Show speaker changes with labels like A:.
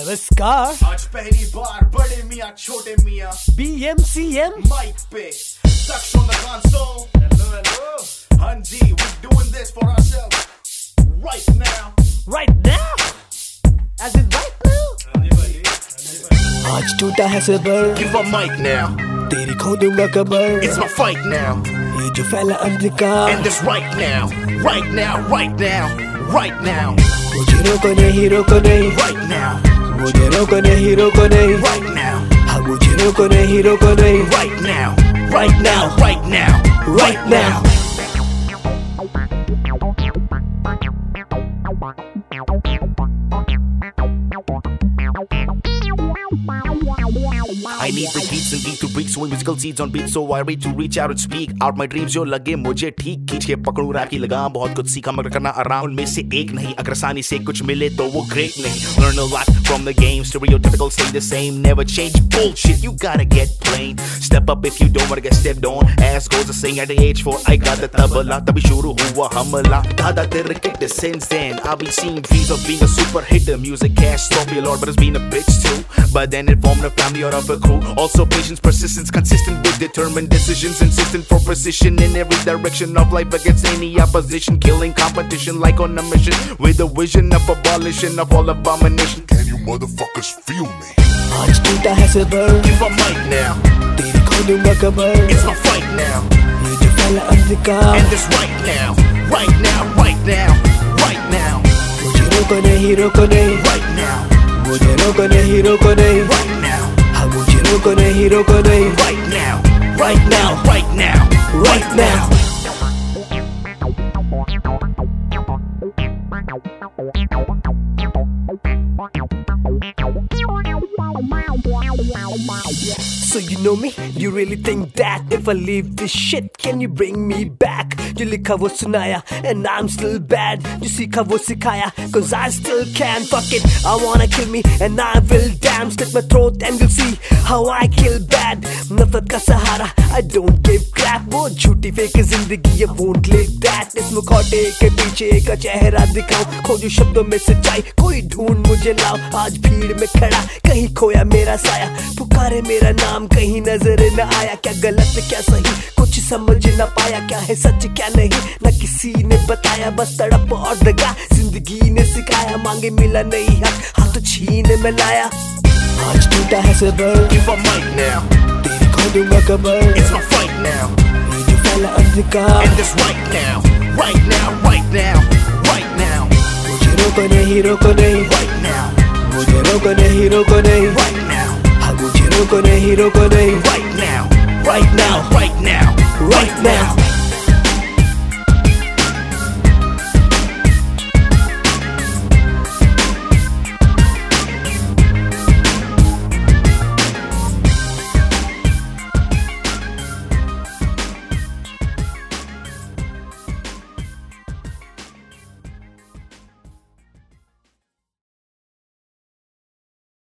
A: नमस्कार
B: आज पहली बार बड़े मियाँ छोटे मियाँ
A: B M C M
B: mic पे Sucks on the console Hello hello Hanji we're doing this for ourselves Right now
A: right as in right आज टूटा है सबर
B: Give a mic now
A: तेरी खो दूंगा cover
B: It's my fight now
A: ये जो फैला अंधकार
B: And this right now Right now right now Right now
A: मुझे रोको नहीं रोको नहीं
B: Right now
A: मुझे रोको नहीं रोको नहीं
B: Right now
A: हाँ मुझे रोको नहीं रोको नहीं
B: Right now Right now Right now Right now I need the beats and need to break Sowing musical seeds on beats So I read to reach out and speak Out my dreams जो लगे मुझे ठीक खींच के पकड़ू rap की लगाम बहुत कुछ सीखा मगर करना आराम उनमें से एक नहीं अगर आसानी से कुछ मिले तो वो ग्रेट नहीं Learn a lot from the game Stereotypical stay the same Never change bullshit You gotta get plain Step up if you don't wanna get stepped on Ass goes to sing at the age 4 I got the tabla तभी शुरू हुआ हमला दादा तेरे kit since then I've been seeing dreams of being a super hitter Music has taught me a lot but it's been a bitch too But then it formed a family out of a crew Also patience, persistence, consistent with determined decisions Insistent for precision in every direction of life Against any opposition, killing competition like on a mission With a vision of abolition of all abomination
C: Can you motherfuckers feel me?
A: आज टूटा है सबर
B: Give a mic now,
A: तेरी खो दूंगा cover
B: it's my fight now
A: ये जो फैला
B: And
A: अंधकार
B: this right now, right now, right now, right now
A: मुझे रोको नहीं रोको नहीं
B: Right now,
A: मुझे रोको नहीं रोको नहीं
B: right now,
A: हाँ मुझे रोको नहीं रोको नहीं
B: right now, right now, right now, right now
A: So you know me? You really think that if I leave this shit, can you bring me back? You likha wo sunaya, and I'm still bad. You sikha wo sikhaya, cause I still can. Fuck it, I wanna kill me, and I will damn. Slit my throat, and you'll see how I kill bad. नफरत का सहारा, I don't give crap. वो झूठी fake जिंदगी, I won't live that. इस मुखौटे के पीछे का चेहरा दिखाओ खोजो शब्दों में सच्चाई कोई ढूंढ मुझे लाओ आज भीड़ में खड़ा कहीं खोया मेरा साया पुकारे मेरा नाम कहीं नजर न आया क्या गलत क्या सही कुछ समझ न पाया क्या है सच क्या नहीं न किसी ने बताया बस तड़प और दगा जिंदगी ने सिखाया मांगे मिला नहीं हक हाथ छीन में लाया आज टूटा है सबर
B: Give a mic now,
A: तेरी खो दूंगा cover
B: it's my fight now
A: ये जो फैला अंधकार
B: And this right now, right now, right now, right now,
A: मुझे रोको नहीं रोको नहीं
B: right now,
A: मुझे रोको नहीं रोको नहीं
B: right now,
A: हाँ मुझे रोको नहीं रोको नहीं
B: right now, right now, right now, right now.